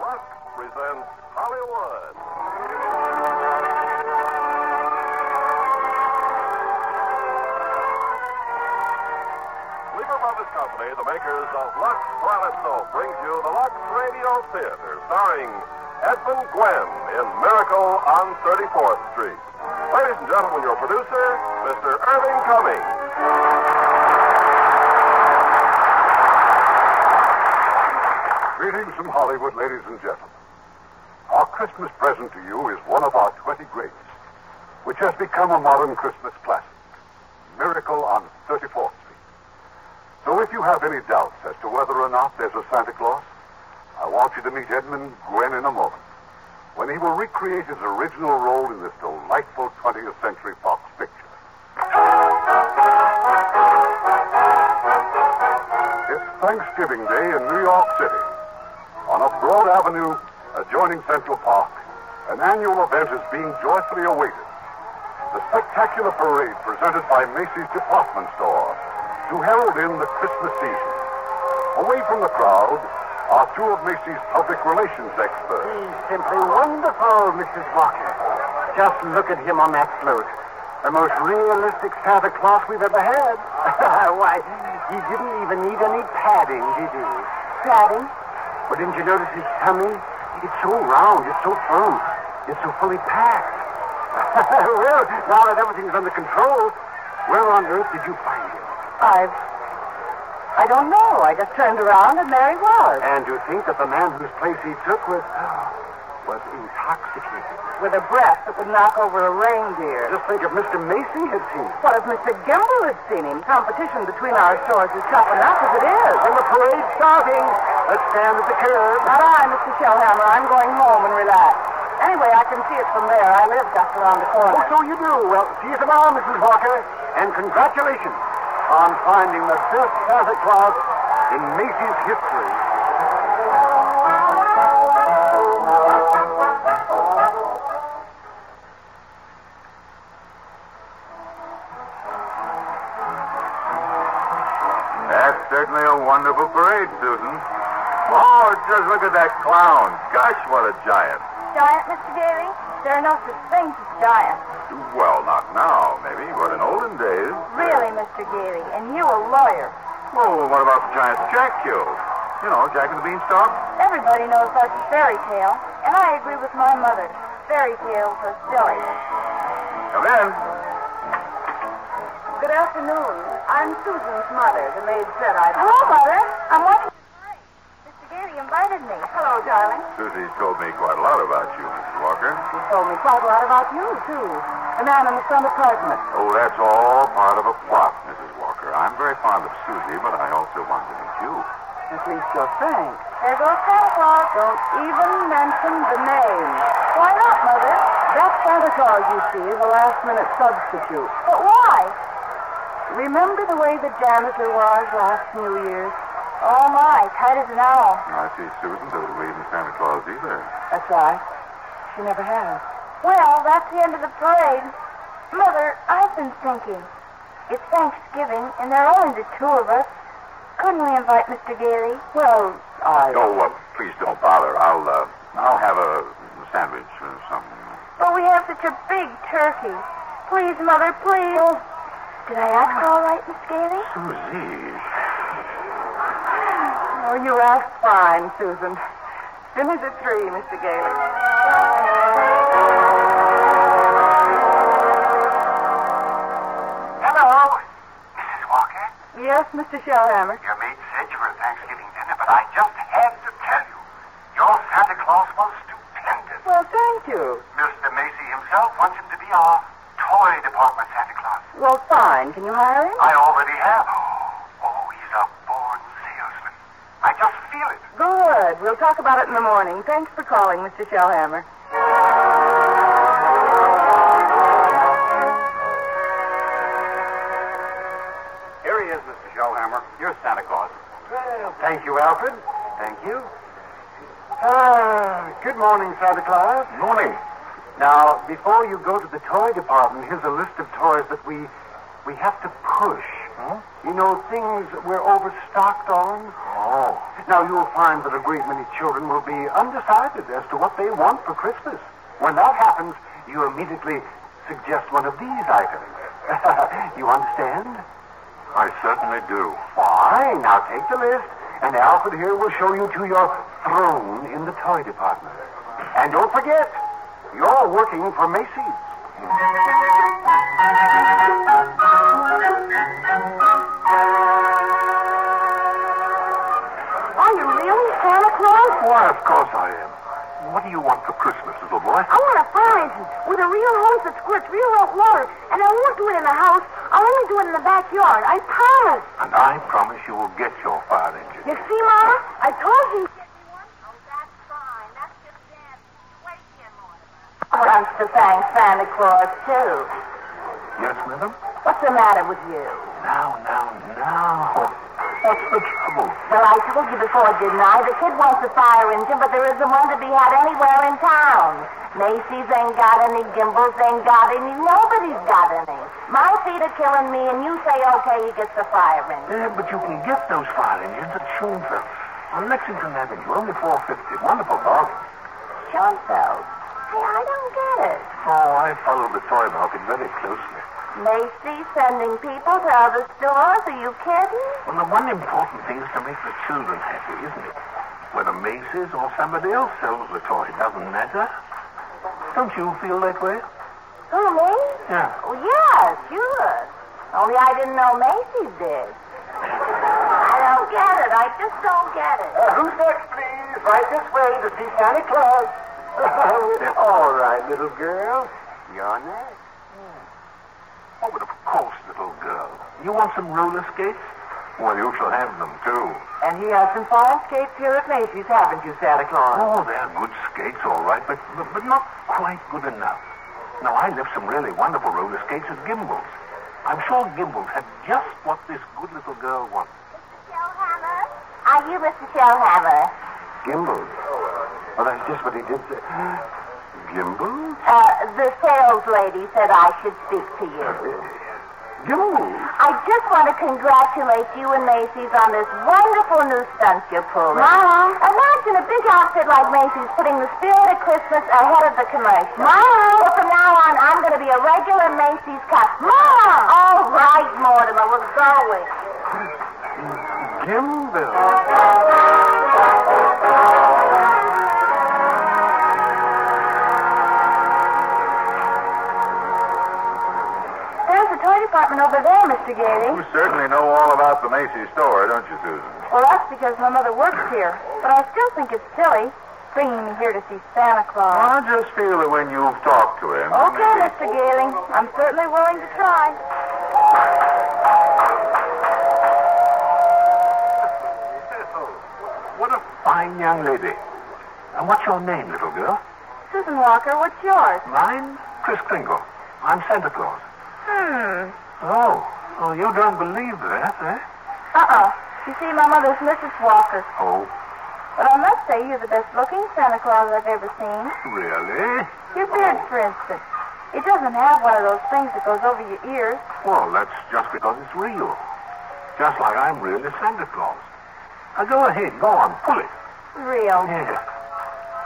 Lux presents Hollywood. Lever Brothers Company, the makers of Lux Toilet Soap, brings you the Lux Radio Theater, starring Edmund Gwen in Miracle on 34th Street. Ladies and gentlemen, your producer, Mr. Irving Cummings. Greetings from Hollywood, ladies and gentlemen. Our Christmas present to you is one of our 20 greats, which has become a modern Christmas classic, Miracle on 34th Street. So if you have any doubts as to whether or not there's a Santa Claus, I want you to meet Edmund Gwen in a moment, when he will recreate his original role in this delightful 20th Century Fox picture. It's Thanksgiving Day in New York City. On a broad avenue adjoining Central Park, an annual event is being joyfully awaited. The spectacular parade presented by Macy's department store to herald in the Christmas season. Away from the crowd are two of Macy's public relations experts. He's simply wonderful, Mrs. Walker. Just look at him on that float. The most realistic Santa Claus we've ever had. Why, he didn't even need any padding, did he? Padding? Well, didn't you notice his tummy? It's so round, it's so firm, it's so fully packed. well, now that everything's under control, where on earth did you find him? I, I don't know. I just turned around and there he was, And you think that the man whose place he took was, oh, was intoxicated. with a breath that would knock over a reindeer. Just think if Mr. Macy had seen it. What if Mr. Gimble had seen him? Competition between our stores is tough enough as it is. And the parade's starting. Let's stand at the curb. Not I, Mr. Shellhammer. I'm going home and relax. Anyway, I can see it from there. I live just around the corner. Oh, so you do. Well, see you tomorrow, Mrs. Walker. And congratulations on finding the best Santa Claus in Macy's history. That's certainly a wonderful parade, Susan. Oh, just look at that clown. Gosh, what a giant. Giant, Mr. Daly? There are no such things as giants. Well, not now, maybe, but in olden days. Really, Mr. Daly, and you a lawyer. Well, Oh, what about the giant Jack killed? You know, Jack and the Beanstalk? Everybody knows that's a fairy tale, and I agree with my mother. Fairy tales are silly. Come in. Good afternoon. I'm Susan's mother. The maid said I'd... Hello, Mother. I'm watching the parade. Mr. Daly invited me. Hello, darling. Susie's told me quite a lot about you, Mrs. Walker. He told me quite a lot about you, too. The man in the front apartment. Oh, that's all part of a plot, Mrs. Walker. I'm very fond of Susie, but I also want to meet you. At least you're frank. There goes Santa Claus. Don't even mention the name. Why not, Mother? That Santa Claus you see is a last-minute substitute. But why? Remember the way the janitor was last New Year's? Oh, my, tight as an owl. I see Susan doesn't believe in Santa Claus either. That's right. She never has. Well, that's the end of the parade. Mother, I've been thinking. It's Thanksgiving, and there are only the two of us. Couldn't we invite Mr. Daly? Well, I... Oh, well, please don't bother. I'll uh, I'll have a sandwich or something. But we have such a big turkey. Please, Mother, please. Did I ask all right, Miss Gailey? Susie. Oh, you asked fine, Susan. Dinner's at three, Mr. Gailey. Hello, Mrs. Walker. Yes, Mr. Shellhammer. Your maid said you were at Thanksgiving dinner, but I just had to tell you. Your Santa Claus was stupendous. Well, thank you. Mr. Macy himself wants him to be our toy department Santa Claus. Well, fine. Can you hire him? I already have. Oh, he's a born salesman. I just feel it. Good. We'll talk about it in the morning. Thanks for calling, Mr. Shellhammer. Here he is, Mr. Shellhammer. You're Santa Claus. Well, Thank you, Alfred. Thank you. Ah, good morning, Santa Claus. Morning. Now, before you go to the toy department, here's a list of toys that we we have to push. You know, things we're overstocked on. Oh. Now, you'll find that a great many children will be undecided as to what they want for Christmas. When that happens, you immediately suggest one of these items. you understand? I certainly do. Fine. Now take the list, and Alfred here will show you to your throne in the toy department. And don't forget, you're working for Macy's. Are you really Santa Claus? Why, of course I am. What do you want for Christmas, little boy? I want a fire engine with a real hose that squirts real hot water, and I won't do it in the house. I'll only do it in the backyard. I promise. And I promise you will get your fire engine. You see, Mama, I told you. Wants to thank Santa Claus, too. Yes, madam? What's the matter with you? Now, now, now. What's the trouble? Well, I told you before, didn't I? The kid wants a fire engine, but there isn't one to be had anywhere in town. Macy's ain't got any, Gimbals ain't got any, nobody's got any. My feet are killing me, and you say, okay, he gets the fire Yeah, engine. but you can get those fire engines at Schoenfeld. On Lexington Avenue, only 450. Wonderful bargain. Schoenfeld? Hey, I don't get it. Oh, I follow the toy market very closely. Macy's sending people to other stores? Are you kidding? Well, the one important thing is to make the children happy, isn't it? Whether Macy's or somebody else sells the toy, doesn't matter. Don't you feel that way? Who, me? Yeah. Oh, yeah, sure. Only I didn't know Macy's did. I don't get it. I just don't get it. Uh, who's next, please? Right this way to see Santa Claus. All right, little girl. You're next. Oh, but of course, little girl. You want some roller skates? Well, you shall have them, too. And he has some fire skates here at Macy's, haven't you, Santa Claus? Oh, they're good skates, all right, but, but, but not quite good enough. Now, I left some really wonderful roller skates at Gimbals. I'm sure Gimbals had just what this good little girl wants. Shellhammer? Are you Mr. Shellhammer? Gimbals. Well, that's just what he did say. Gimbals? Uh, the sales lady said I should speak to you. Gimbals? I just want to congratulate you and Macy's on this wonderful new stunt you're pulling. Mom, imagine a big outfit like Macy's putting the spirit of Christmas ahead of the commercial. Mom, well, from now on, I'm going to be a regular Macy's customer. Mom, Oh, all Oh, right, Mortimer, we'll go with you. Gimbals. There's a toy department over there, Mr. Gailey. You certainly know all about the Macy's store, don't you, Susan? Well, that's because my mother works here. But I still think it's silly bringing me here to see Santa I Claus. just feel that when you've talked to him. Okay, Mr. Gailey. I'm certainly willing to try. What a fine young lady. And what's your name, little girl? Susan Walker, what's yours? Mine? Chris Kringle. I'm Santa Claus. Hmm. Oh, oh, you don't believe that, eh? Uh-uh. You see, my mother's Mrs. Walker. Oh, But I must say you're the best looking Santa Claus I've ever seen. really? Your beard, for instance. It doesn't have one of those things that goes over your ears. Well, that's just because it's real. Just like I'm really Santa Claus. Now, go ahead, go on, pull it. Real. Yeah.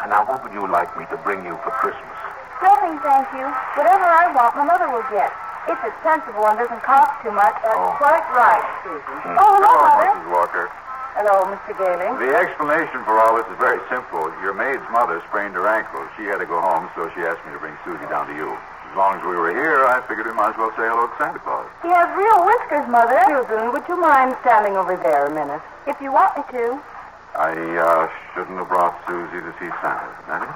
And now, what would you like me to bring you for Christmas? Nothing, thank you. Whatever I want, my mother will get. If it's sensible and doesn't cost too much, that's Oh. quite right, Susan. Oh, hello, Oh, Mother. Mrs. Walker. Hello, Mr. Gailey. The explanation for all this is very simple. Your maid's mother sprained her ankle. She had to go home, so she asked me to bring Susie down to you. As long as we were here, I figured we might as well say hello to Santa Claus. He has real whiskers, Mother. Susan, would you mind standing over there a minute? If you want me to. I uh, shouldn't have brought Susie to see Santa, Nanny.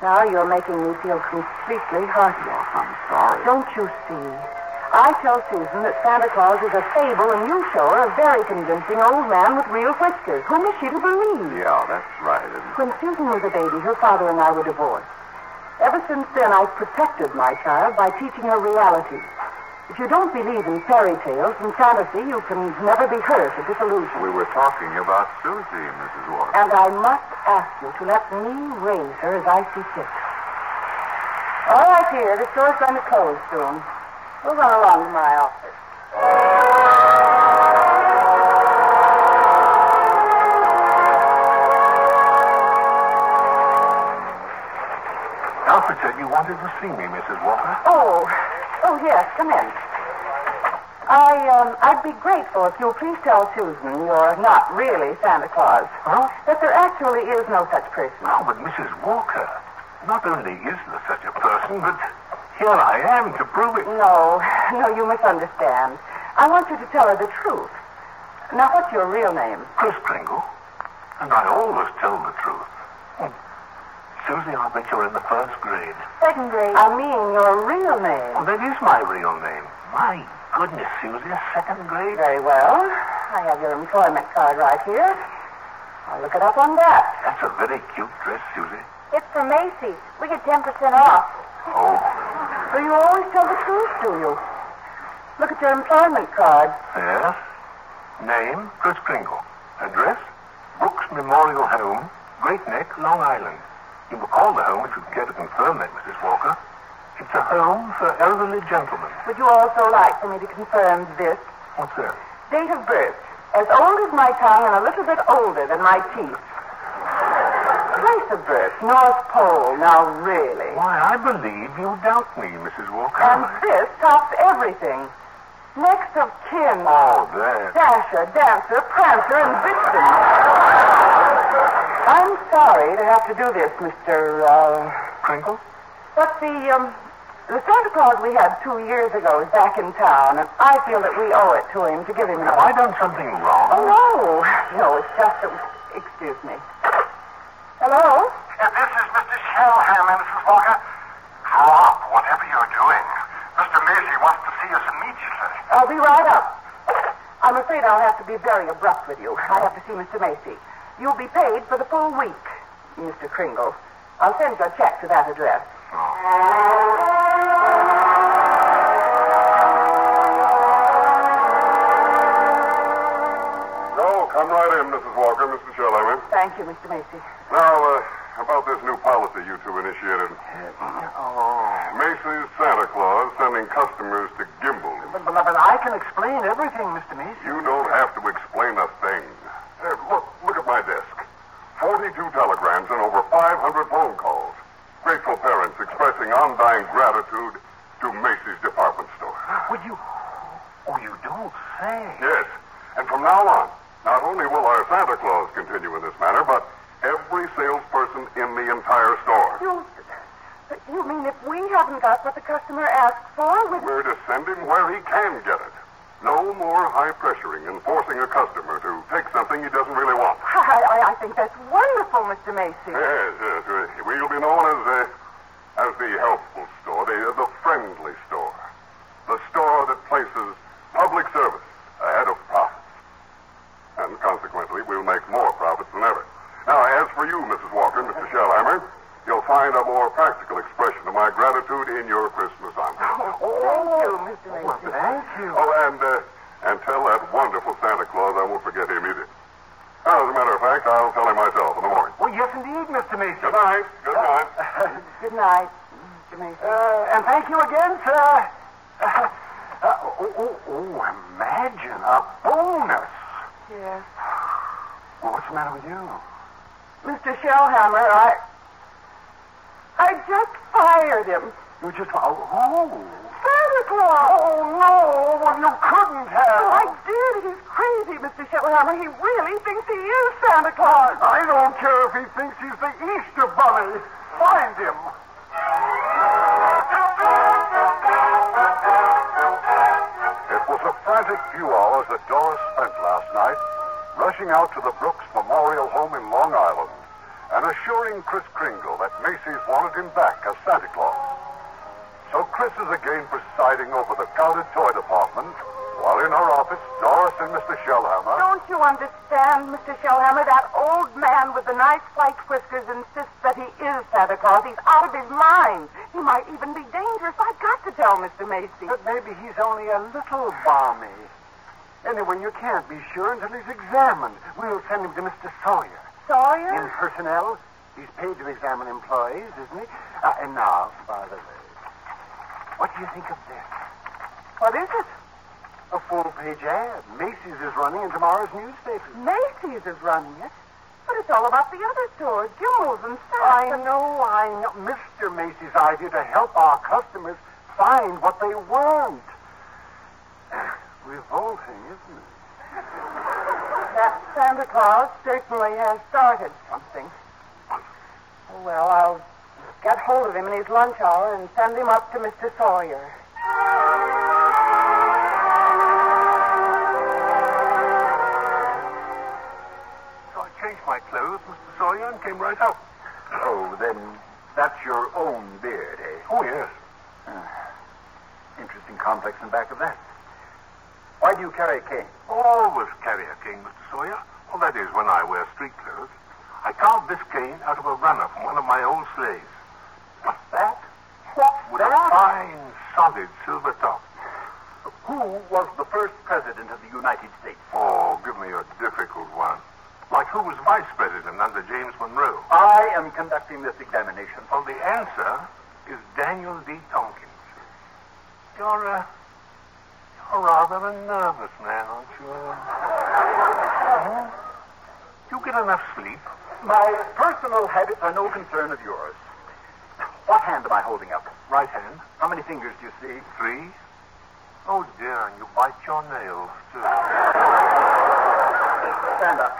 Now you're making me feel completely heartless. I'm sorry. Don't you see? I tell Susan that Santa Claus is a fable, and you show her a very convincing old man with real whiskers. Whom is she to believe? Yeah, that's right, isn't it? When Susan was a baby, her father and I were divorced. Ever since then, I've protected my child by teaching her reality. If you don't believe in fairy tales and fantasy, you can never be hurt or disillusioned. We were talking about Susie, Mrs. Walker. And I must ask you to let me raise her as I see fit. All right, dear. The store's going to close soon. We'll run along to my office. Alfred said you wanted to see me, Mrs. Walker. Oh, oh yes. Come in. I, um, I'd be grateful if you'll please tell Susan you're not really Santa Claus. Huh? That there actually is no such person. Oh, but Mrs. Walker, not only is there such a person, but here I am to prove it. No, no, you misunderstand. I want you to tell her the truth. Now, what's your real name? Chris Kringle. And I always tell the truth. Hmm. Susie, I bet you're in the first grade. Second grade. I mean, your real name. Oh, that is my real name. My goodness, Susie, a second grade? Very well. I have your employment card right here. I'll look it up on that. That's a very cute dress, Susie. It's from Macy's. We get 10% off. Oh, So you always tell the truth, do you? Look at your employment card. yes. Name, Chris Kringle. Address, Brooks Memorial Home, Great Neck, Long Island. You will call the home if you care to confirm that, Mrs. Walker. It's a home for elderly gentlemen. Would you also like for me to confirm this? What's that? Date of birth. As old as my tongue and a little bit older than my teeth. Place of birth. North Pole. Now, really. Why, I believe you doubt me, Mrs. Walker. And this tops everything. Next of kin. Oh, that. Dasher, Dancer, Prancer, and Vixen. I'm sorry to have to do this, Mr. Uh, Kringle? but the um, the Santa Claus we had two years ago is back in town, and I feel that we owe it to him to give him. Have I done something wrong? Oh no, no, it's just that. Excuse me. Hello. Uh, This is Mr. Shellham, Mrs. Walker. Drop whatever you're doing. Mr. Macy wants to see us immediately. I'll be right up. I'm afraid I'll have to be very abrupt with you. I have to see Mr. Macy. You'll be paid for the full week, Mr. Kringle. I'll send your check to that address. No, come right in, Mrs. Walker, Mr. Shellhammer. Thank you, Mr. Macy. Now, uh, about this new policy you two initiated. Oh. Macy's Santa Claus sending customers to Gimbal. But, but, but I can explain everything, Mr. Macy. You don't have to explain a thing. Here, look, look at my desk. 42 telegrams and over 500 phone calls. Grateful parents expressing undying gratitude to Macy's department store. Would you? Oh, you don't say. Yes. And from now on, not only will our Santa Claus continue in this manner, but every salesperson in the entire store. You, you mean if we haven't got what the customer asked for, we We're to send him where he can get it. No more high pressuring and forcing a customer to take something he doesn't really want. I, I, I think that's wonderful, Mr. Macy. Yes, yes. we- We'll be known as the, as the helpful store, the, the friendly store. The store that places public service ahead of profit. And consequently, we'll make more profits than ever. Now, as for you, Mrs. Walker, Mr. Shellhammer, you'll find a more practical expression of my gratitude in your Christmas envelope. Thank you, Mr. Well, Macy. Oh, thank you. Oh, and uh, and tell that wonderful Santa Claus I won't forget him either. As a matter of fact, I'll tell him myself in the morning. Well, Oh, yes, indeed, Mr. Macy. Good night. Good night. Good night, Mr. Macy. Uh, and thank you again, sir. Uh, oh, oh, oh, imagine a bonus. Yes. Well, what's the matter with you? Mr. Shellhammer, I. I just fired him. You just oh, oh. Santa Claus! Oh no! Well, you couldn't have. Oh, I did. He's crazy, Mr. Shellhammer. He really thinks he is Santa Claus. I don't care if he thinks he's the Easter Bunny. Find him. It was a frantic few hours that Doris spent last night rushing out to the Brooks Memorial Home in Long Island and assuring Chris Kringle that Macy's wanted him back as Santa Claus. So Chris is again presiding over the crowded toy department while in her office, Doris and Mr. Shellhammer. Don't you understand, Mr. Shellhammer? That old man with the nice white whiskers insists that he is Santa Claus. He's out of his mind. He might even be dangerous. I've got to tell Mr. Macy. But maybe he's only a little balmy. Anyway, you can't be sure until he's examined. We'll send him to Mr. Sawyer. In Sawyer? personnel, he's paid to examine employees, isn't he? Uh, and now, Father, what do you think of this? What is it? A full-page ad. Macy's is running in tomorrow's newspapers. Macy's is running it. But it's all about the other stores, Gimbals and I Saks. know, I know. Mr. Macy's idea to help our customers find what they want. Revolting, isn't it? That Santa Claus certainly has started something. Well, I'll get hold of him in his lunch hour and send him up to Mr. Sawyer. So I changed my clothes, Mr. Sawyer, and came right out. Oh, then that's your own beard, eh? Ah, Oh, yes. Interesting complex in back of that. Why do you carry a cane? Uh, Always carry a cane, Mr. Sawyer. Well, that is when I wear street clothes. I carved this cane out of a runner from one of my old sleighs. What's that? What With a fine, solid silver top. Who was the first president of the United States? Oh, give me a difficult one. Like who was vice president under James Monroe? I am conducting this examination. Well, the answer is Daniel D. Tompkins. You're, uh, you're rather a nervous man, aren't you? Huh? You get enough sleep. My personal habits are no concern of yours. What hand am I holding up? Right hand, How many fingers do you see? three. Oh dear, and you bite your nails too. Stand up.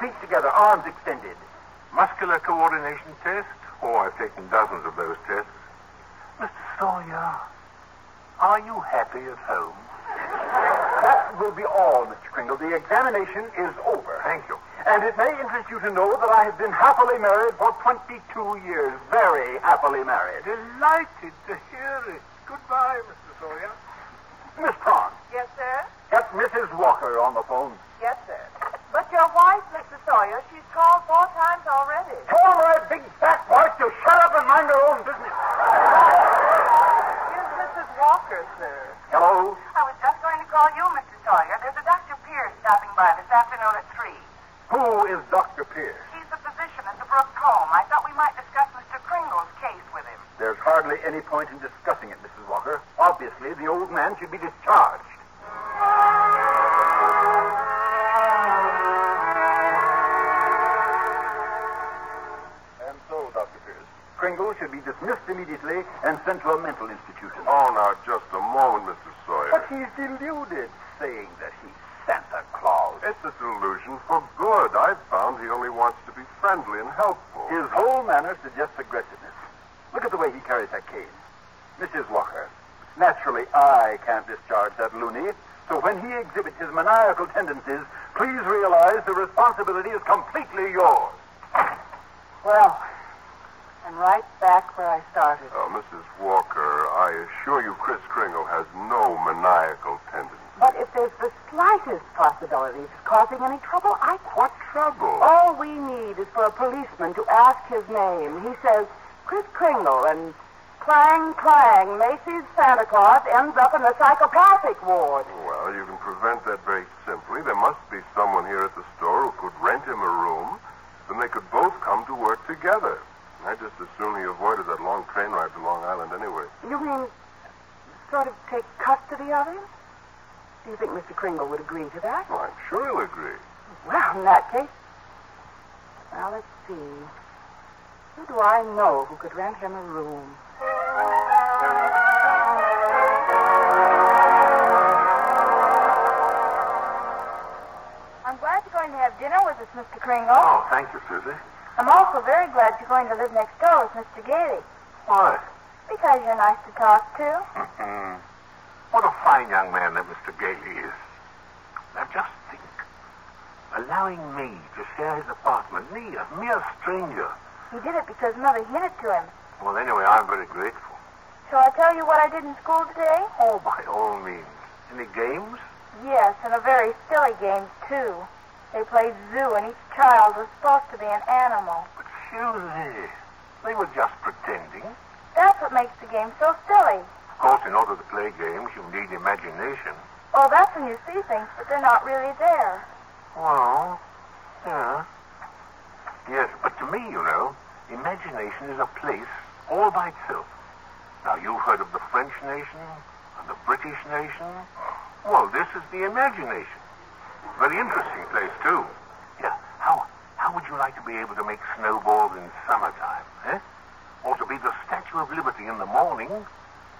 Feet together, arms extended. Muscular coordination test? Oh, I've taken dozens of those tests. Mr. Sawyer, are you happy at home? That will be all, Mr. Kringle. The examination is over. Thank you. And it may interest you to know that I have been happily married for 22 years. Very happily married. Delighted to hear it. Goodbye, Mr. Sawyer. Miss Prawn, Yes, sir? get Mrs. Walker on the phone. Yes, sir. But your wife, Mr. Sawyer, she's called four times already. Tell my big fat wife to shut up and mind her own business. Here's Mrs. Walker, sir. Hello? I was just going to call you, Mr. Sawyer. There's a Dr. Pierce stopping by this afternoon at 3. Who is Dr. Pierce? He's the physician at the Brooks home. I thought we might discuss Mr. Kringle's case with him. There's hardly any point in discussing it, Mrs. Walker. Obviously, the old man should be discharged. And so, Dr. Pierce, Kringle should be dismissed immediately and sent to a mental institution. Oh, now, just a moment, Mr. But Sawyer. he's deluded, saying that he's Santa Claus. It's a delusion for good. I've found he only wants to be friendly and helpful. His whole manner suggests aggressiveness. Look at the way he carries that cane. Mrs. Walker, naturally I can't discharge that loony, so when he exhibits his maniacal tendencies, please realize the responsibility is completely yours. Well, I'm right back where I started. Oh, Mrs. Walker, I assure you Chris Kringle has no maniacal tendencies. But if there's the slightest possibility of causing any trouble, I What trouble? all we need is for a policeman to ask his name. He says Chris Kringle and clang clang, Macy's Santa Claus ends up in the psychopathic ward. Well, you can prevent that very simply. There must be someone here at the store who could rent him a room. Then they could both come to work together. I just assume he avoided that long train ride to Long Island anyway. You mean sort of take custody of him? Do you think Mr. Kringle would agree to that? Well, I'm sure he'll agree. Well, in that case. Now, let's see. Who do I know who could rent him a room? I'm glad you're going to have dinner with us, Mr. Kringle. Oh, thank you, Susie. I'm also very glad you're going to live next door with Mr. Gailey. Why? Because you're nice to talk to. What a fine young man that Mr. Gailey is. Now just think. Allowing me to share his apartment, me, a mere stranger. He did it because Mother hid it to him. Well, anyway, I'm very grateful. Shall I tell you what I did in school today? Oh, by all means. Any games? Yes, and a very silly game, too. They played zoo, and each child was supposed to be an animal. But Susie, they were just pretending. That's what makes the game so silly. Of course, in order to play games, you need imagination. Oh, that's when you see things, but they're not really there. Well, yeah. Yes, but to me, you know, imagination is a place all by itself. Now, you've heard of the French nation and the British nation. Well, this is the imagination. Very interesting place, too. Yeah, how, how would you like to be able to make snowballs in summertime, eh? Or to be the Statue of Liberty in the morning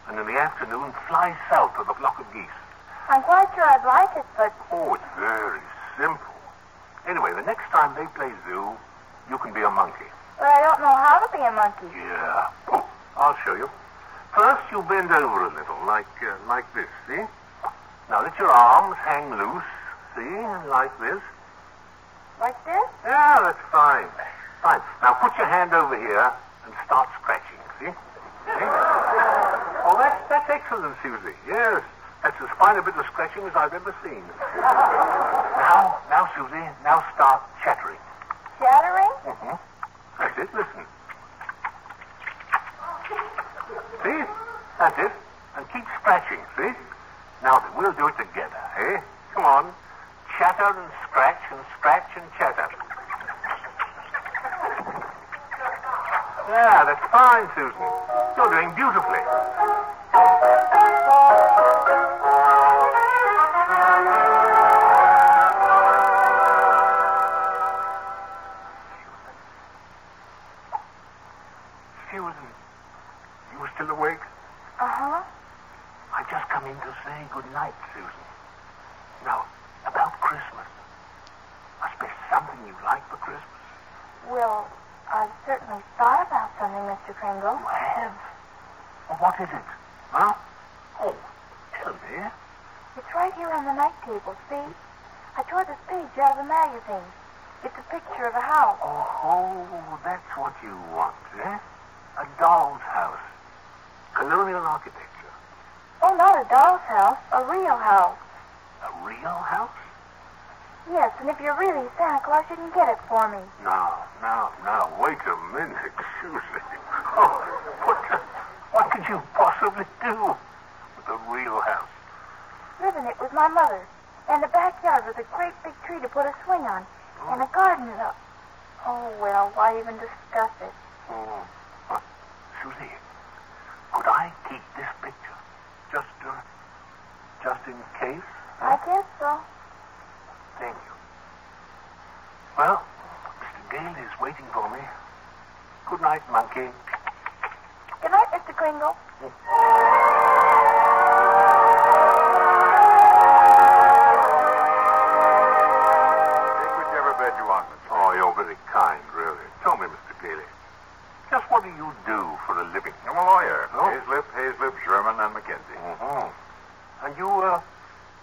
and in the afternoon fly south with a flock of geese? I'm quite sure I'd like it, but Oh, it's very simple. Anyway, the next time they play zoo, you can be a monkey. but I don't know how to be a monkey. Yeah. Oh, I'll show you. First, you bend over a little, like uh, like this. See? Now let your arms hang loose. See, like this. Like this? Yeah, that's fine. Fine. Now put your hand over here and start scratching. See? See? Oh, that's that's excellent, Susie. Yes, that's as fine a bit of scratching as I've ever seen. now, now, Susie, now start chattering. Chattering? Mm-hmm. That's it. Listen. See? That's it. And keep scratching, see? Now then, we'll do it together, eh? Come on. Chatter and scratch and scratch and chatter. Yeah, that's fine, Susan. You're doing beautifully. Susan, you still awake? Uh-huh. I've just come in to say good night, Susan. Now, about Christmas. Must be something you like for Christmas. Well, I've certainly thought about something, Mr. Kringle. You have? Well, what is it? Huh? Oh, tell me. It's right here on the night table, see? I tore this page out of the magazine. It's a picture of a house. Oh, that's what you want, eh? A doll's house. Colonial architecture. Oh, not a doll's house, a real house. A real house? Yes, and if you're really Santa Claus, you can get it for me. Now, now, now, wait a minute, Susie. Oh, what, the- what could you possibly do with a real house? Living it with my mother. And a backyard with a great big tree to put a swing on. And a garden and a... Oh, well, why even discuss it? Oh, uh, Susie, could I keep this picture? Just, uh, just in case? I guess so. Thank you. Well, Mr. Gale is waiting for me. Good night, monkey. Good night, Mr. Kringle. Take whichever bed you want, Mr. Oh, you're very kind, really. Tell me, Mr. Gailey, just what do you do for a living? I'm a Oh. lawyer. No? Hayslip, Hayslip, Sherman, and McKenzie. Mm-hmm. And you, uh,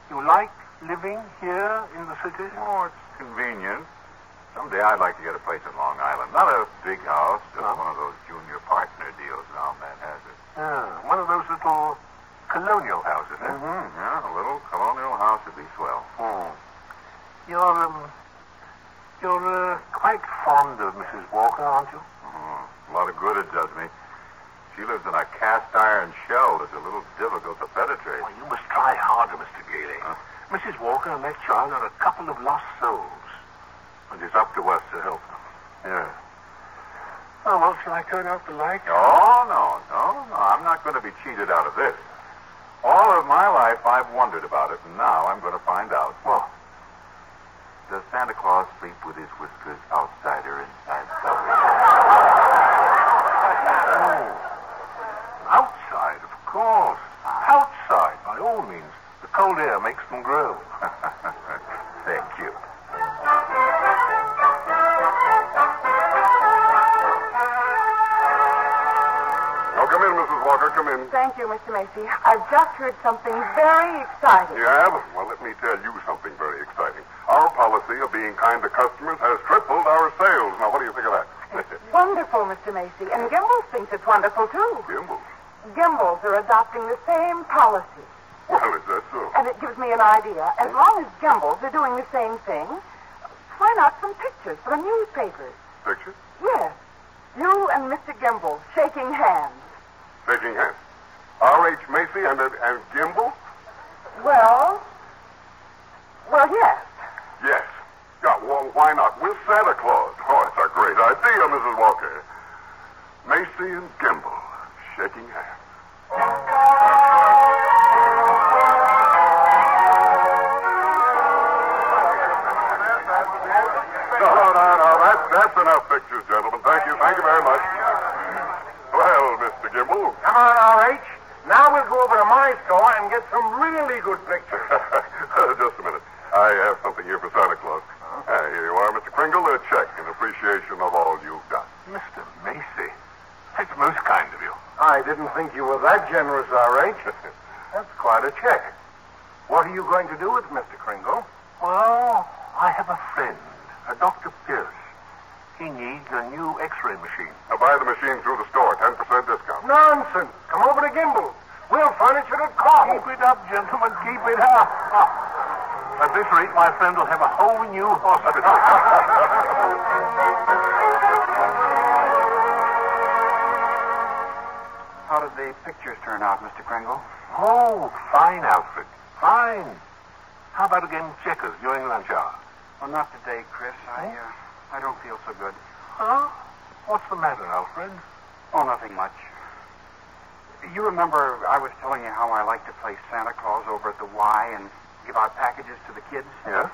you like living here in the city? Oh, it's convenient. Someday I'd like to get a place in Long Island. Not a big house, just Huh? one of those junior partner deals now Manhattan. Yeah, one of those little colonial houses, eh? Mm-hmm. Yeah, a little colonial house would be swell. Hmm. You're, um, you're uh, quite fond of Mrs. Walker, aren't you? A lot of good it does me. She lives in a cast iron shell that's a little difficult to penetrate. Well, you must try harder, Mr. Gailey. Huh? Mrs. Walker and that child are a couple of lost souls. And it's up to us to help them. Yeah. Oh, well, shall I turn out the light? Oh, no, no, no. I'm not going to be cheated out of this. All of my life I've wondered about it, and now I'm going to find out. Well, Does Santa Claus sleep with his whiskers outside or inside somewhere? outside, of course. Outside, by all means. The cold air makes them grow. Thank you. Now Oh, come in, Mrs. Walker, come in. Thank you, Mr. Macy. I've just heard something very exciting. You have? Well, let me tell you something very exciting. Our policy of being kind to customers has tripled our sales. Now, what do you think of that? Wonderful, Mr. Macy. And Gimbals thinks it's wonderful, too. Gimbal. Gimbals are adopting the same policy. Well, is that so? And it gives me an idea. As long as Gimbals are doing the same thing, why not some pictures for the newspapers? Picture? Yes. You and Mr. Gimble shaking hands. Shaking hands. R.H. Macy and, uh, and Gimble? Well, well, yes. Yes. Yeah, well, why not? With Santa Claus. Oh, it's a great idea, Mrs. Walker. Macy and Gimble shaking hands. No, no, no, no. That, that's enough pictures, gentlemen. Thank you. Thank you very much. Well, Mr. Gimble. Come on, R.H. Now we'll go over to my store and get some really good pictures. Uh, Just a minute. I have something here for Santa Claus. Ah, here you are, Mr. Kringle. A check in appreciation of all you've done. Mr. Macy, that's most kind of you. I didn't think you were that generous, R.H. That's quite a check. What are you going to do with Mr. Kringle? Well, I have a friend, a Dr. Pierce. He needs a new x-ray machine. Now buy the machine through the store. 10% discount. Nonsense. Come over to Gimble. We'll furnish it at cost. Keep it up, gentlemen. Keep it up. At this rate, my friend will have a whole new hospital. How did the pictures turn out, Mr. Kringle? oh, fine, Alfred. Fine. How about again checkers during lunch hour? Well, not today, Chris. I, uh, I don't feel so good. Huh? What's the matter, Alfred? Oh, nothing much. You remember I was telling you how I like to play Santa Claus over at the Y and give out packages to the kids? Yeah?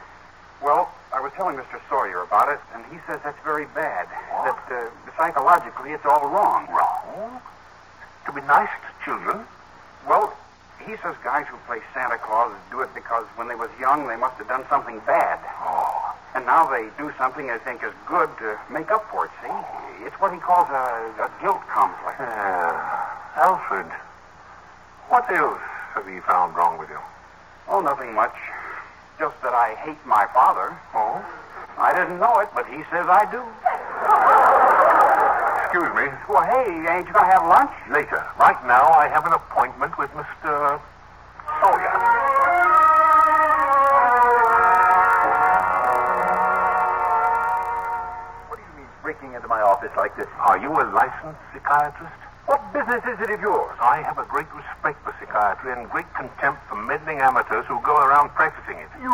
Well, I was telling Mr. Sawyer about it, and he says that's very bad. That uh, psychologically, it's all wrong. Wrong? To be nice to children? Well, he says guys who play Santa Claus do it because when they was young, they must have done something bad. Oh. And now they do something they think is good to make up for it, see? It's what he calls a, a guilt complex. Uh, Alfred, what else have you found wrong with you? Oh, nothing much. Just that I hate my father. Oh? I didn't know it, but he says I do. Excuse me. Well, hey, ain't you gonna have lunch? Later. Right now, I have an appointment with Mr. Sawyer. What do you mean breaking into my office like this? Are you a licensed psychiatrist? What business is it of yours? I have a great respect for psychiatry and great contempt for meddling amateurs who go around practicing it. You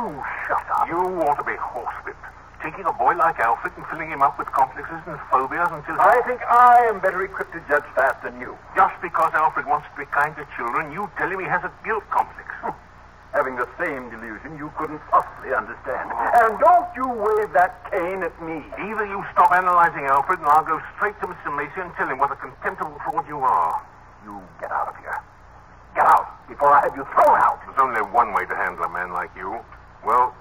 shut up. You ought to be horsewhipped. Taking a boy like Alfred and filling him up with complexes and phobias until he- I think I am better equipped to judge that than you. Just because Alfred wants to be kind to children, you tell him he has a guilt complex. Hmm. Having the same delusion you couldn't possibly understand. And don't you wave that cane at me. Oh. Either you stop analyzing Alfred, and I'll go straight to Mr. Macy and tell him what a contemptible fraud you are. You get out of here. Get out before I have you thrown out. There's only one way to handle a man like you. Well,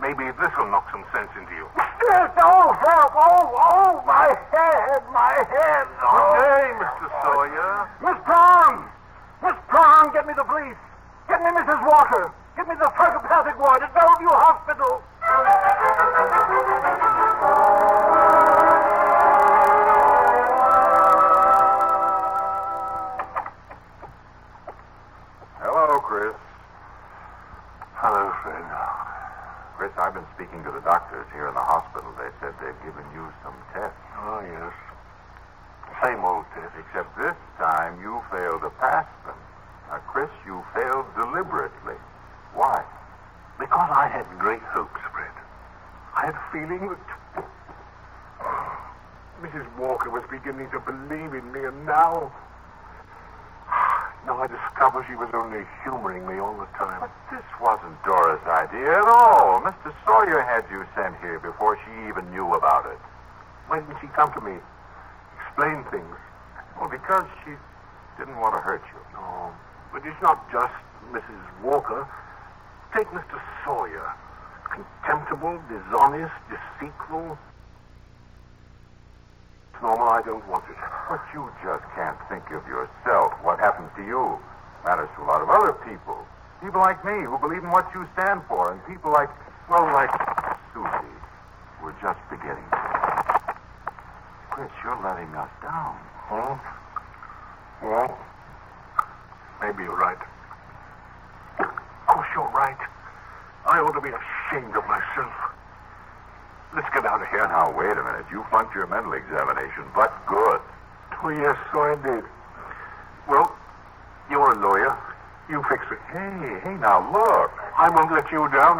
maybe this will knock some sense into you. Oh, help! Oh, oh, my head, my head. Oh. Good day, Mr. Sawyer. Miss Brown! Miss Brown, get me the police. Get me Mrs. Walker. Get me the psychopathic ward at Bellevue Hospital. Hello, Chris. Hello, Fred. Chris, I've been speaking to the doctors here in the hospital. They said they've given you some tests. Oh, yes. Same old test. Except this time you failed to pass them. Now, Chris, you failed deliberately. Why? Because I had great hopes, Fred. I had a feeling that Mrs. Walker was beginning to believe in me, and now. Now I discover she was only humoring me all the time. But this wasn't Dora's idea at all. Mr. Sawyer had you sent here before she even knew about it. Why didn't she come to me? Explain things. Well, because she didn't want to hurt you. No, but it's not just Mrs. Walker. Take Mr. Sawyer. Contemptible, dishonest, deceitful. It's normal. I don't want it. But you just can't think of yourself. What happens to you matters to a lot of other people. People like me who believe in what you stand for, and people like, well, like Susie. We're just beginning. Chris, you're letting us down. Hmm? Huh? Well, maybe you're right. Of course you're right. I ought to be ashamed of myself. Let's get out of here. Now, wait a minute. You flunked your mental examination, but good. Oh, yes, so I did. Well, you're a lawyer. You fix it. Hey, hey, now look. I won't let you down,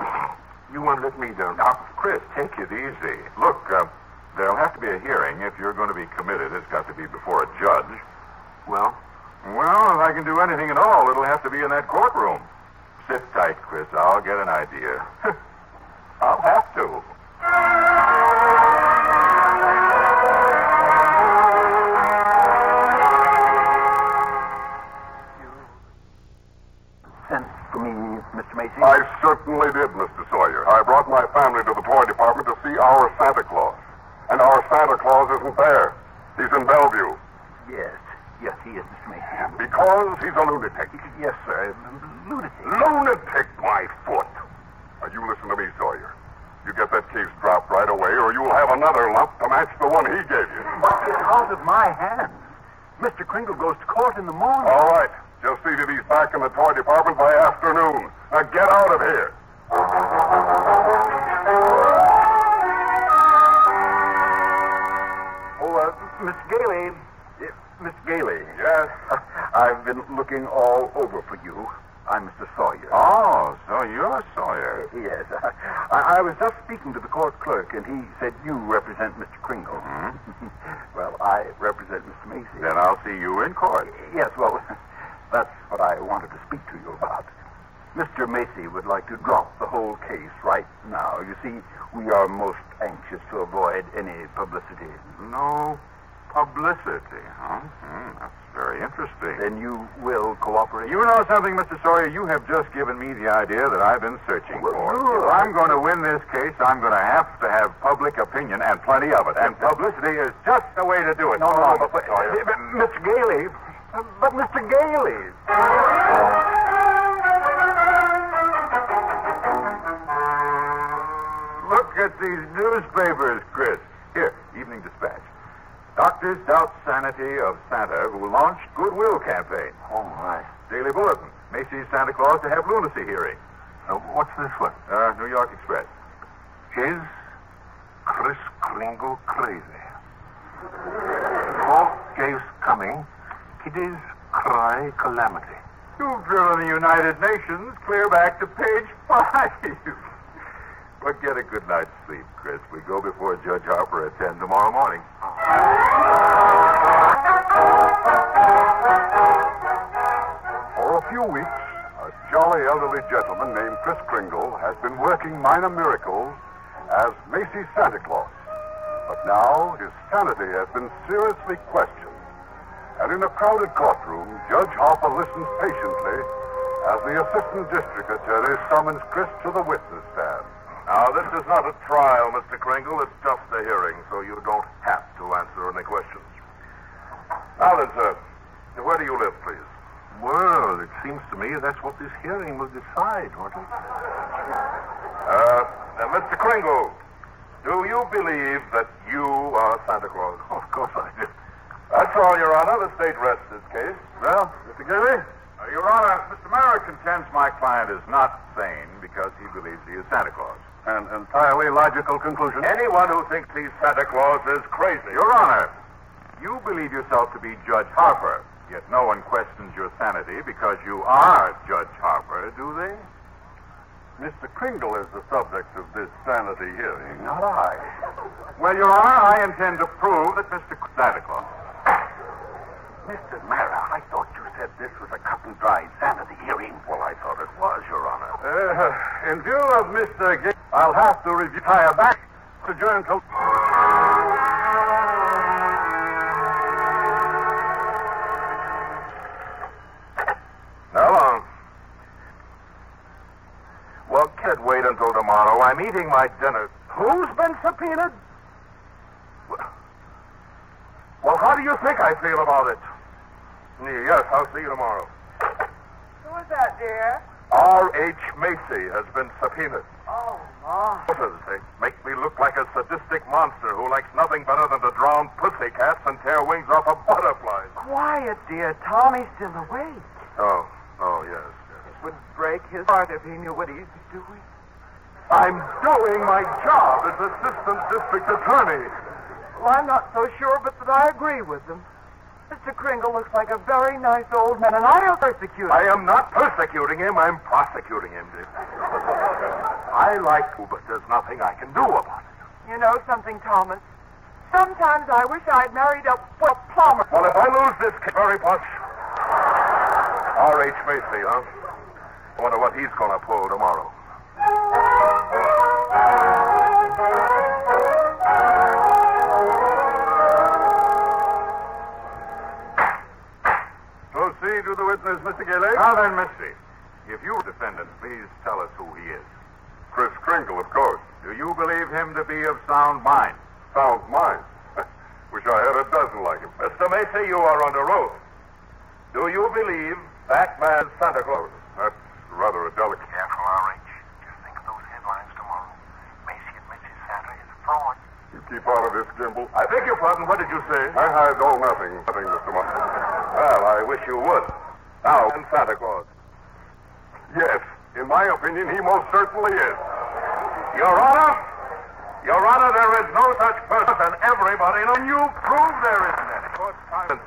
and you won't let me down. Now, Chris, take it easy. Look, uh, there'll have to be a hearing. If you're going to be committed, it's got to be before a judge. Well, Well, if I can do anything at all, it'll have to be in that courtroom. Sit tight, Chris. I'll get an idea. I'll have to. Sent for me, Mr. Macy. Uh, I certainly did, Mr. Sawyer. I brought my family to the toy department to see our Santa Claus. And our Santa Claus isn't there. He's in Bellevue. yes. Yes, he is, Mr. Macy. Because he's a lunatic. Yes, sir. L- Lunatic. Lunatic, my foot. Now, you listen to me, Sawyer. You get that case dropped right away, or you'll have another lump to match the one he gave you. It's out of my hands. Mr. Kringle goes to court in the morning. All right. Just see that he's back in the toy department by afternoon. Now get out of here. Oh, uh, Miss Gailey. Uh, Miss Gailey. Yes. I've been looking all over for you. I'm Mr. Sawyer. Oh, so you're Sawyer. Yes. I, I was just speaking to the court clerk, and he said you represent Mr. Kringle. well, I represent Mr. Macy. Hmm? Then I'll see you in court. Yes, well, that's what I wanted to speak to you about. Mr. Macy would like to drop the whole case right now. You see, we are most anxious to avoid any publicity. No publicity, huh? Hmm, that's very interesting. Then you will cooperate. You know something, Mr. Sawyer? You have just given me the idea that I've been searching Well, for. good. If I'm going to win this case, I'm going to have to have public opinion and plenty of it. And publicity is just the way to do it. No, Oh, no, no, but, uh, Sawyer. but Mr. Gailey. But Mr. Gailey. Look at these newspapers, Chris. Here, Evening Dispatch. Doctors doubt sanity of Santa who launched goodwill campaign. Oh, All right. Daily Bulletin. Macy's Santa Claus to have lunacy hearing. uh, what's this one? Uh, New York Express. Is Chris Kringle crazy? Fourth case coming. Kiddies cry calamity. You've driven the United Nations clear back to page five. but get a good night's sleep, Chris. We go before Judge Harper at 10 tomorrow morning. For a few weeks, a jolly elderly gentleman named Chris Kringle has been working minor miracles as Macy's Santa Claus. But now his sanity has been seriously questioned. And in a crowded courtroom, Judge Harper listens patiently as the assistant district attorney summons Chris to the witness stand. Now, this is not a trial, Mr. Kringle. It's just a hearing, so you don't have to answer any questions. Now then, sir, where do you live, please? Well, it seems to me that's what this hearing will decide, won't it? Uh, now, Mr. Kringle, do you believe that you are Santa Claus? Of course I do. That's all, Your Honor. The state rests this case. Well, Mr. Gailey? Uh, Your Honor, Mr. Mara contends my client is not sane because he believes he is Santa Claus. An entirely logical conclusion. Anyone who thinks he's Santa Claus is crazy. Your Honor, you believe yourself to be Judge Harper, yet no one questions your sanity because you are Judge Harper, do they? Mr. Kringle is the subject of this sanity hearing. Not I. Well, Your Honor, I intend to prove that Mr. Santa Claus. Mr. Mara, I thought you said this was a cut and dried sanity hearing. Well, I thought it was, Your Honor. Uh, in view of Mr. G- I'll have to retire back to join till. Now long. Well, kid, wait until tomorrow. I'm eating my dinner. Who's been subpoenaed? Well, how do you think I feel about it? Yes, I'll see you tomorrow. Who was that, dear? R.H. Macy has been subpoenaed. Oh, my. They eh? make me look like a sadistic monster who likes nothing better than to drown pussycats and tear wings off of butterflies. Quiet, dear. Tommy's still awake. Oh, oh, yes. yes. It would break his heart if he knew what he'd be doing. I'm doing my job as assistant district attorney. Well, I'm not so sure, but that I agree with them. Mr. Kringle looks like a very nice old man, and I don't persecute him. I am not persecuting him. I'm prosecuting him, Dick. I like you, but there's nothing I can do about it. You know something, Thomas? Sometimes I wish I'd married a, a plumber. Well, if I lose this case, Murray Potts, R.H. Macy, huh? I wonder what he's going to pull tomorrow. Proceed with the witness, Mr. Gailey. Now then, Misty, if you were defendant, please tell us who he is. Chris Kringle, of course. Do you believe him to be of sound mind? Sound mind? Wish I had a dozen like him. Mr. Macy, you are under oath. Do you believe that man's Santa Claus? That's rather a delicate. Careful, R.H. Just think of those headlines tomorrow. Macy admits his Santa is a fraud. You keep out of this, Gimble. I beg your pardon. What did you say? I, I know nothing. Nothing, Mr. Musk. Well, I wish you would. Now, and Santa Claus. Yes, in my opinion, he most certainly is. Your Honor, Your Honor, there is no such person, and everybody knows. You prove there isn't any.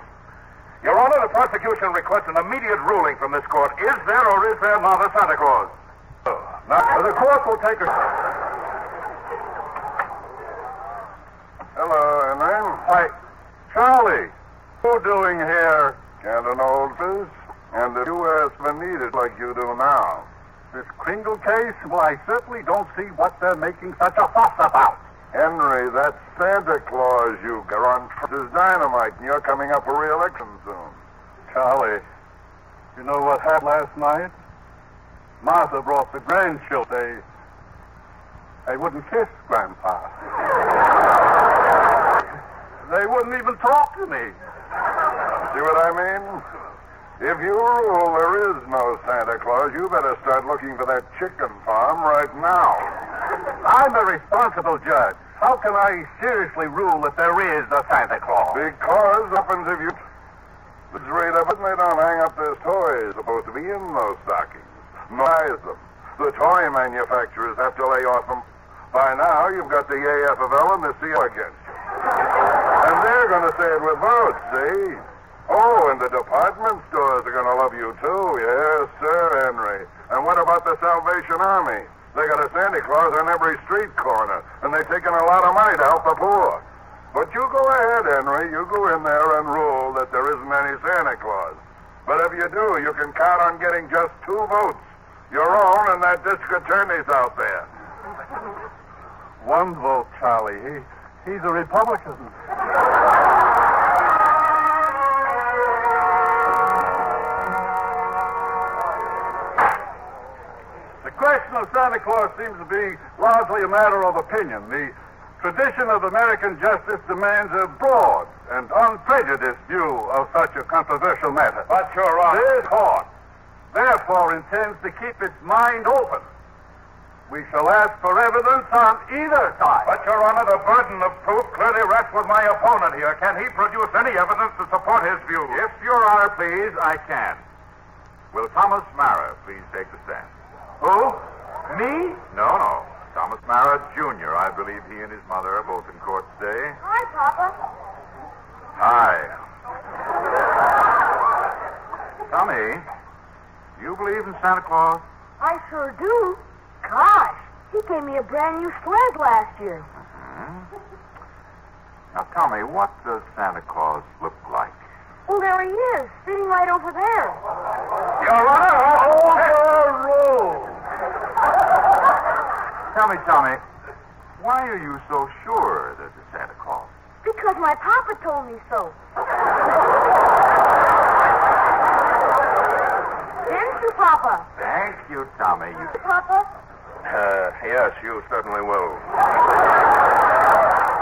Your Honor, the prosecution requests an immediate ruling from this court. Is there or is there not a Santa Claus? Oh, now, the court will take a. Hello, Henry. Why, Charlie, you doing here? Get an old fizz? And if you ask for needed like you do now. This Kringle case? Well, I certainly don't see what they're making such a fuss about. Henry, that's Santa Claus you got on is dynamite, and you're coming up for re-election soon. Charlie, you know what happened last night? Martha brought the grandchildren. They, they wouldn't kiss Grandpa. they wouldn't even talk to me. See what I mean? If you rule there is no Santa Claus, you better start looking for that chicken farm right now. I'm a responsible judge. How can I seriously rule that there is a Santa Oh, Claus? Because what happens if you... This rate of it, they don't hang up their toys supposed to be in those stockings. Buys them. The toy manufacturers have to lay off them. By now, you've got the AFL and the CO against you. And they're going to say it with votes, see? Oh, and the department stores are going to love you, too. Yes, sir, Henry. And what about the Salvation Army? They got a Santa Claus on every street corner, and they're taking a lot of money to help the poor. But you go ahead, Henry. You go in there and rule that there isn't any Santa Claus. But if you do, you can count on getting just two votes your own and that district attorney's out there. One vote, Charlie. He, he's a Republican. question of Santa Claus seems to be largely a matter of opinion. The tradition of American justice demands a broad and unprejudiced view of such a controversial matter. But, Your Honor. This court, therefore, intends to keep its mind open. We shall ask for evidence on either side. But, Your Honor, the burden of proof clearly rests with my opponent here. Can he produce any evidence to support his view? Yes, Your Honor, please, I can. Will Thomas Mara please take the stand? Who? Me? No, no. Thomas Mara Jr. I believe he and his mother are both in court today. Hi, Papa. Hi. Tommy, you believe in Santa Claus? I sure do. Gosh, he gave me a brand new sled last year. Mm-hmm. Now, Tommy, what does Santa Claus look like? Well, there he is, sitting right over there. Your Honor, overruled. Tell me, Tommy, why are you so sure that it's Santa Claus? Because my papa told me so. Didn't you, Papa? Thank you, Tommy. You... Papa? Uh, yes, you certainly will.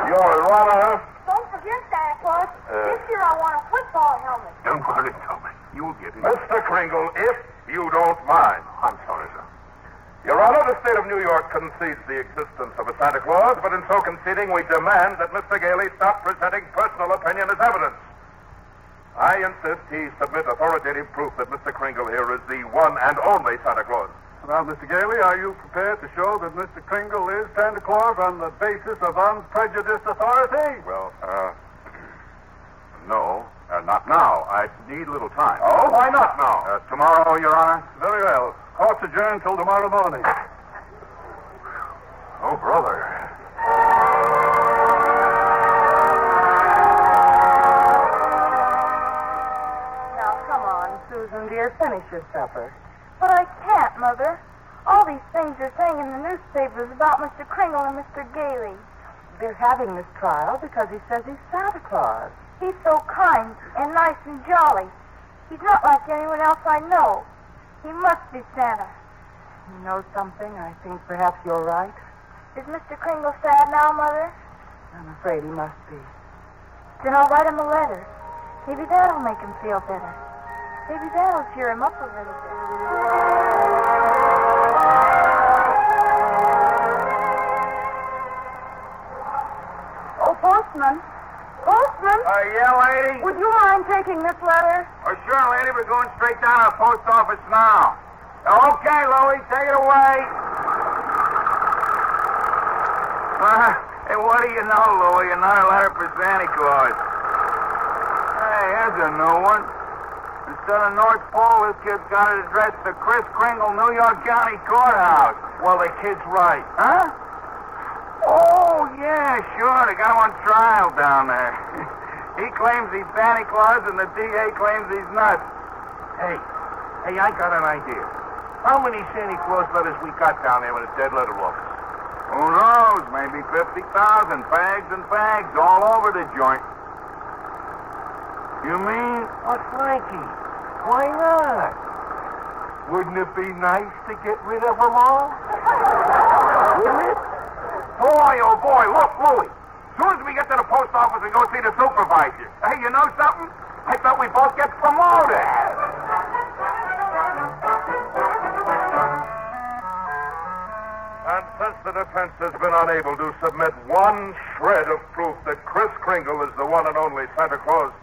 Your Honor. Don't forget, Santa Claus. Uh, this year I want a football helmet. Don't worry, Tommy. You'll get it. Mr. Kringle, if you don't mind. I'm sorry, sir. Your Honor, the state of New York concedes the existence of a Santa Claus, but in so conceding, we demand that Mr. Gailey stop presenting personal opinion as evidence. I insist he submit authoritative proof that Mr. Kringle here is the one and only Santa Claus. Now, Mr. Gailey, are you prepared to show that Mr. Kringle is Santa Claus on the basis of unprejudiced authority? Well, uh, no, uh, not now. I need a little time. Oh, why not now? Uh, tomorrow, Your Honor. Very well. Court's adjourned till tomorrow morning. Oh, brother. Now, come on, Susan, dear. Finish your supper. But I can't, Mother. All these things are saying in the newspapers about Mr. Kringle and Mr. Gailey. They're having this trial because he says he's Santa Claus. He's so kind and nice and jolly. He's not like anyone else I know. He must be Santa. You know something? I think perhaps you're right. Is Mr. Kringle sad now, Mother? I'm afraid he must be. Then I'll write him a letter. Maybe that'll make him feel better. Maybe that'll cheer him up a little bit. Oh, postman. Postman? Uh, yeah, lady? Would you mind taking this letter? Oh, sure, lady. We're going straight down to the post office now. Okay, Louie, take it away. Uh, hey, what do you know, Louie? Another letter for Santa Claus. Hey, here's a new one. Instead of North Pole, this kid's got it addressed to Chris Kringle, New York County Courthouse. Well, the kid's right. Huh? Oh, yeah, sure. They got him on trial down there. he claims he's Santa Claus, and the DA claims he's not. Hey, hey, I got an idea. How many Santa Claus letters we got down there in the dead letter office? Who knows? Maybe 50,000 fags and fags all over the joint. You mean? Oh, Frankie, why not? Wouldn't it be nice to get rid of them all? Wouldn't it? Boy, oh boy, look, Louie. Soon as we get to the post office and go see the supervisor. Hey, you know something? I thought we both get promoted. And since the defense has been unable to submit one shred of proof that Chris Kringle is the one and only Santa Claus,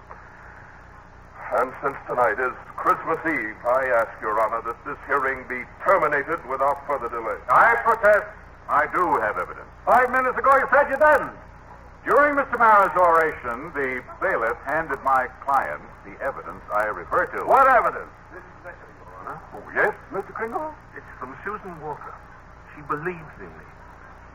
and since tonight is Christmas Eve, I ask Your Honor that this hearing be terminated without further delay. I protest. I do have evidence. Five minutes ago, you said you didn't. During Mr. Mara's oration, the bailiff handed my client the evidence I refer to. What evidence? This letter, Your Honor. Oh, yes, Mr. Kringle? It's from Susan Walker. She believes in me.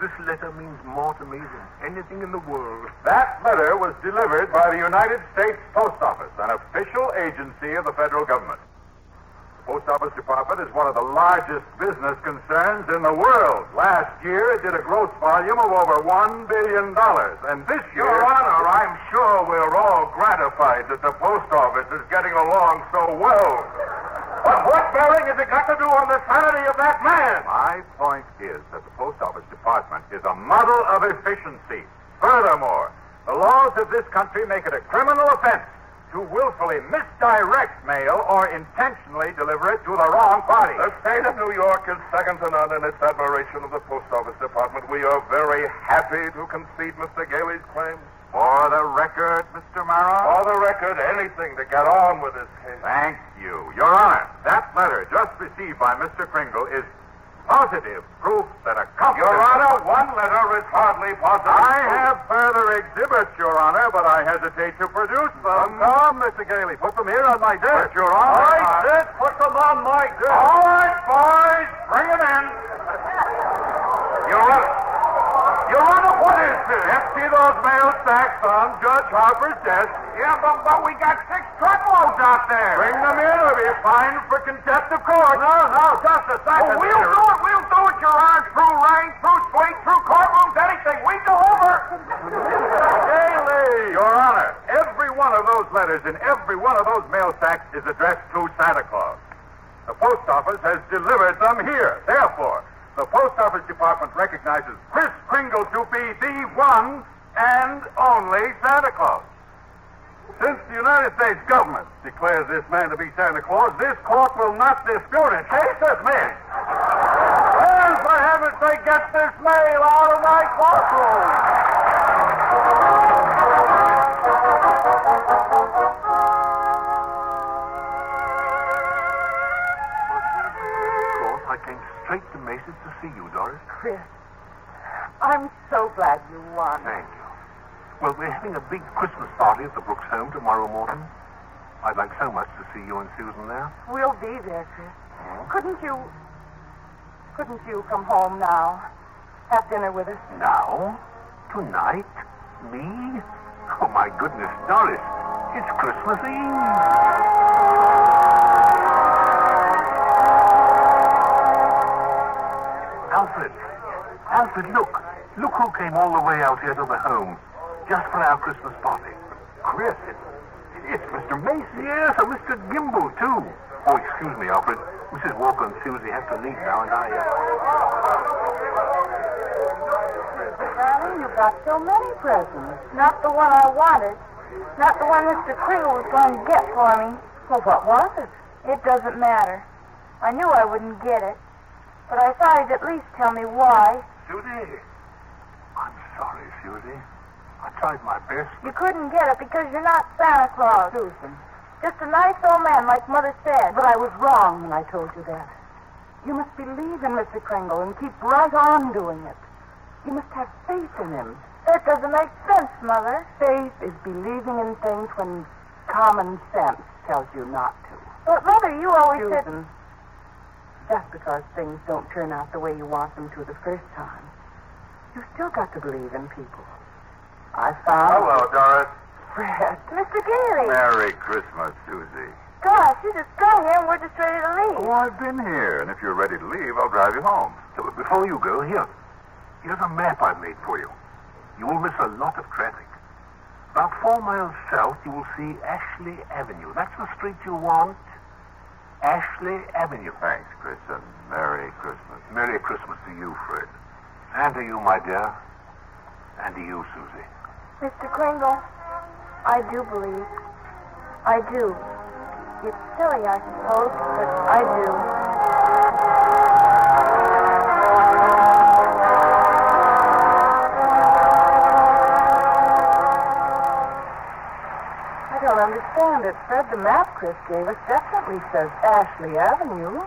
This letter means more to me than anything in the world. That letter was delivered by the United States Post Office, an official agency of the federal government. The Post Office Department is one of the largest business concerns in the world. Last year, it did a gross volume of over $1 billion. And this year. Your Honor, I'm sure we're all gratified that the Post Office is getting along so well. But what bearing has it got to do on the sanity of that man? My point is that the Post Office Department is a model of efficiency. Furthermore, the laws of this country make it a criminal offense to willfully misdirect mail or intentionally deliver it to the wrong party. The state of New York is second to none in its admiration of the Post Office Department. We are very happy to concede Mr. Gailey's claims. For the record, Mr. Mara? For the record, anything to get on with this case. Thank you. Your Honor, that letter just received by Mr. Kringle is positive proof that a company. Your Honor, one letter is hardly positive. I have further exhibits, Your Honor, but I hesitate to produce them. Come, Mr. Gailey, put them here on my But, desk. Your Honor. I said put them on my desk. All right, boys, bring them in. Your Honor. Your Honor, what is this? Empty those mail sacks on Judge Harper's desk. Yeah, but, but we got six truckloads out there. Bring them in or be fined for contempt of court. No, no, just a second. Oh, we'll Peter. do it. We'll do it, Your Honor. Through lane, through suite, through courtrooms, anything. We go over. Gailey! Your Honor, every one of those letters in every one of those mail sacks is addressed to Santa Claus. The post office has delivered them here. Therefore, the Post Office Department recognizes Chris Kringle to be the one and only Santa Claus. Since the United States government declares this man to be Santa Claus, this court will not dispute it. Chase this man. and for heaven's sake, get this mail out of my courtroom. Of course, I came see you, Doris. Chris, I'm so glad you won. Thank you. Well, we're having a big Christmas party at the Brooks home tomorrow morning. I'd like so much to see you and Susan there. We'll be there, Chris. Couldn't you. Couldn't you come home now? Have dinner with us? Now? Tonight? Me? Oh, my goodness, Doris. It's Christmas Eve. Alfred. Alfred, look. Look who came all the way out here to the home. Just for our Christmas party. Chris, it's, it's Mr. Macy. Yes, and Mr. Gimble, too. Oh, excuse me, Alfred. Mrs. Walker and Susie have to leave now, and I... Uh... Darling, you got so many presents. Not the one I wanted. Not the one Mr. Kringle was going to get for me. Well, what was it? It doesn't matter. I knew I wouldn't get it. But I thought he'd at least tell me why. Susie. I'm sorry, Susie. I tried my best. You couldn't get it because you're not Santa Claus. Susan. Just a nice old man, like Mother said. But I was wrong when I told you that. You must believe in Mr. Kringle and keep right on doing it. You must have faith in him. That doesn't make sense, Mother. Faith is believing in things when common sense tells you not to. But, Mother, you always said... Susan, just because things don't turn out the way you want them to the first time, you've still got to believe in people. I Oh, found... Hello, Doris. Fred. Mr. Gailey. Merry Christmas, Susie. Gosh, you just got here and we're just ready to leave. Oh, I've been here, and if you're ready to leave, I'll drive you home. So before you go, here. Here's a map I made for you. You will miss a lot of traffic. About four miles south, you will see Ashley Avenue. That's the street you want. Ashley Avenue. Thanks, Chris, and Merry Christmas. Merry Christmas to you, Fred. And to you, my dear. And to you, Susie. Mr. Kringle, I do believe. I do. It's silly, I suppose, but I do. I don't understand it, Fred. The map Chris gave us definitely says Ashley Avenue.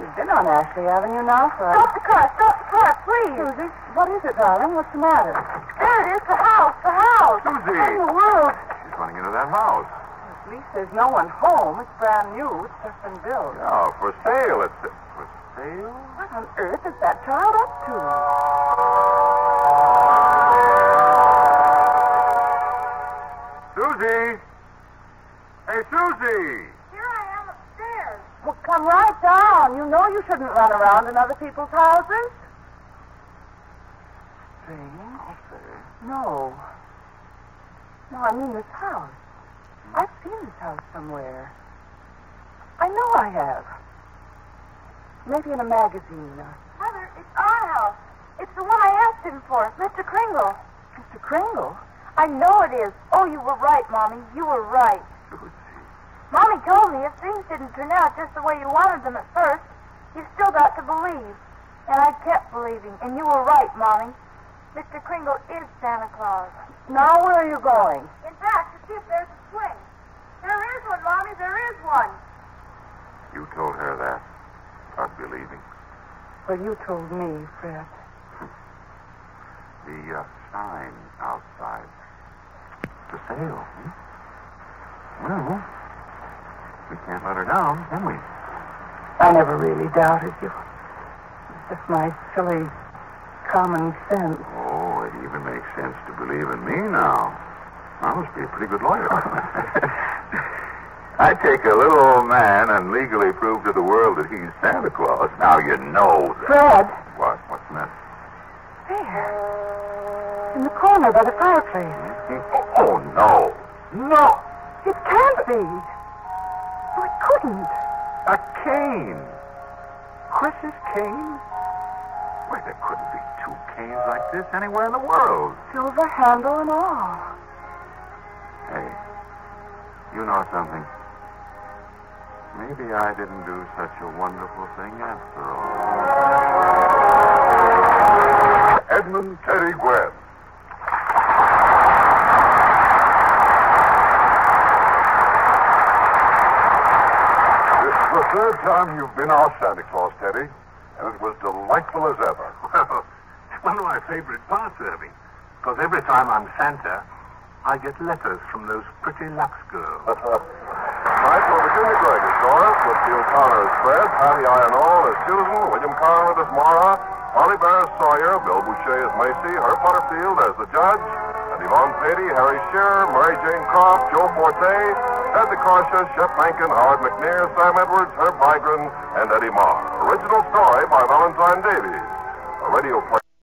We've been on Ashley Avenue now for... Stop the car! Stop the car, please! Susie, what is it, darling? What's the matter? There it is, the house, the house! Susie! What in the world? She's running into that house. At least there's no one home. It's brand new. It's just been built. Oh, for sale. It's for sale. What on earth is that child up to? Susie. Hey, Susie. Here I am upstairs. Well, come right down. You know you shouldn't run around in other people's houses. Strange. No. No, I mean this house. I've seen this house somewhere. I know I have. Maybe in a magazine. Mother, it's our house. It's the one I asked him for, Mr. Kringle. Mr. Kringle? I know it is. Oh, you were right, Mommy. You were right. Susie. Mommy told me if things didn't turn out just the way you wanted them at first, you've still got to believe. And I kept believing, and you were right, Mommy. Mr. Kringle is Santa Claus. Now where are you going? In fact, to see if there's a swing. There is one, Mommy. There is one. You told her that. I'd be leaving. Well, you told me, Fred. The uh, sign outside. For sale. Hmm? Well, we can't let her down, can we? I never really doubted you. It's just my silly common sense. Oh, it even makes sense to believe in me now. I must be a pretty good lawyer. I take a little old man and legally prove to the world that he's Santa Claus. Now you know that. Fred, What? What's the matter? there. In the corner by the fireplace. Oh, oh, no. No. It can't be. Oh, it couldn't. A cane. Chris's cane? Why, there couldn't be two canes like this anywhere in the world. Silver handle and all. Hey, you know something? Maybe I didn't do such a wonderful thing after all. Edmund Terry Gwebb. This is the third time you've been our Santa Claus, Teddy. and it was delightful as ever. Well, it's one of my favorite parts, Irving. Because every time I'm Santa, I get letters from those pretty Lux girls. Michael McGinnigreg is Doris, Whitfield Connor is Fred, Patty Ionol is Susan, William Conrad is Mara, Molly Barris Sawyer, Bill Boucher is Macy, Herb Butterfield as the judge, and Yvonne Patey, Harry Shearer, Mary Jane Croft, Joe Forte, Ted DeCorsha, Shep Mankin, Howard McNair, Sam Edwards, Herb Migran, and Eddie Marr. Original story by Valentine Davies. A radio play